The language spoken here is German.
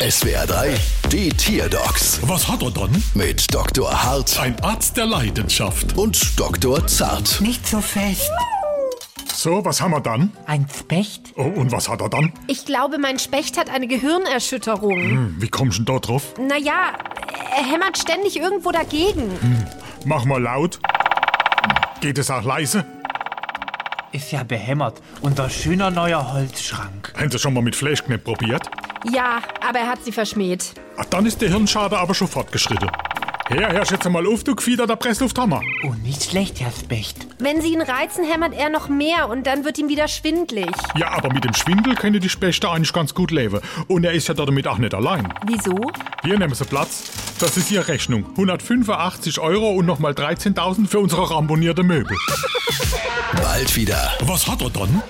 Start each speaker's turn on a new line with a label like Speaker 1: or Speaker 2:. Speaker 1: SWR 3, die Tierdocs
Speaker 2: Was hat er dann?
Speaker 1: mit Dr. Hart
Speaker 2: Ein Arzt der Leidenschaft.
Speaker 1: und Dr. Zart.
Speaker 3: Nicht so fest.
Speaker 2: So, was haben wir dann?
Speaker 3: Ein Specht?
Speaker 2: Oh, und was hat er dann?
Speaker 4: Ich glaube, mein Specht hat eine Gehirnerschütterung.
Speaker 2: Hm, Wie kommst du denn da drauf?
Speaker 4: Naja, er hämmert ständig irgendwo dagegen.
Speaker 2: Mach mal laut. Geht es auch leise?
Speaker 5: Ist ja behämmert. Unser schöner neuer Holzschrank.
Speaker 2: Haben Sie schon mal mit Fleischknepp probiert?
Speaker 4: Ja, aber er hat sie verschmäht.
Speaker 2: Ach, dann ist der Hirnschaden aber schon fortgeschritten. Her, herrsch jetzt mal auf, du gefiederter Presslufthammer.
Speaker 5: Oh, nicht schlecht, Herr Specht.
Speaker 4: Wenn sie ihn reizen, hämmert er noch mehr und dann wird ihm wieder schwindlig.
Speaker 2: Ja, aber mit dem Schwindel können die Spechte eigentlich ganz gut leben. Und er ist ja damit auch nicht allein.
Speaker 4: Wieso?
Speaker 2: Hier nehmen Sie Platz. Das ist Ihre Rechnung. 185 Euro und nochmal 13.000 für unsere ramponierte Möbel.
Speaker 1: Bald wieder.
Speaker 2: Was hat er dann?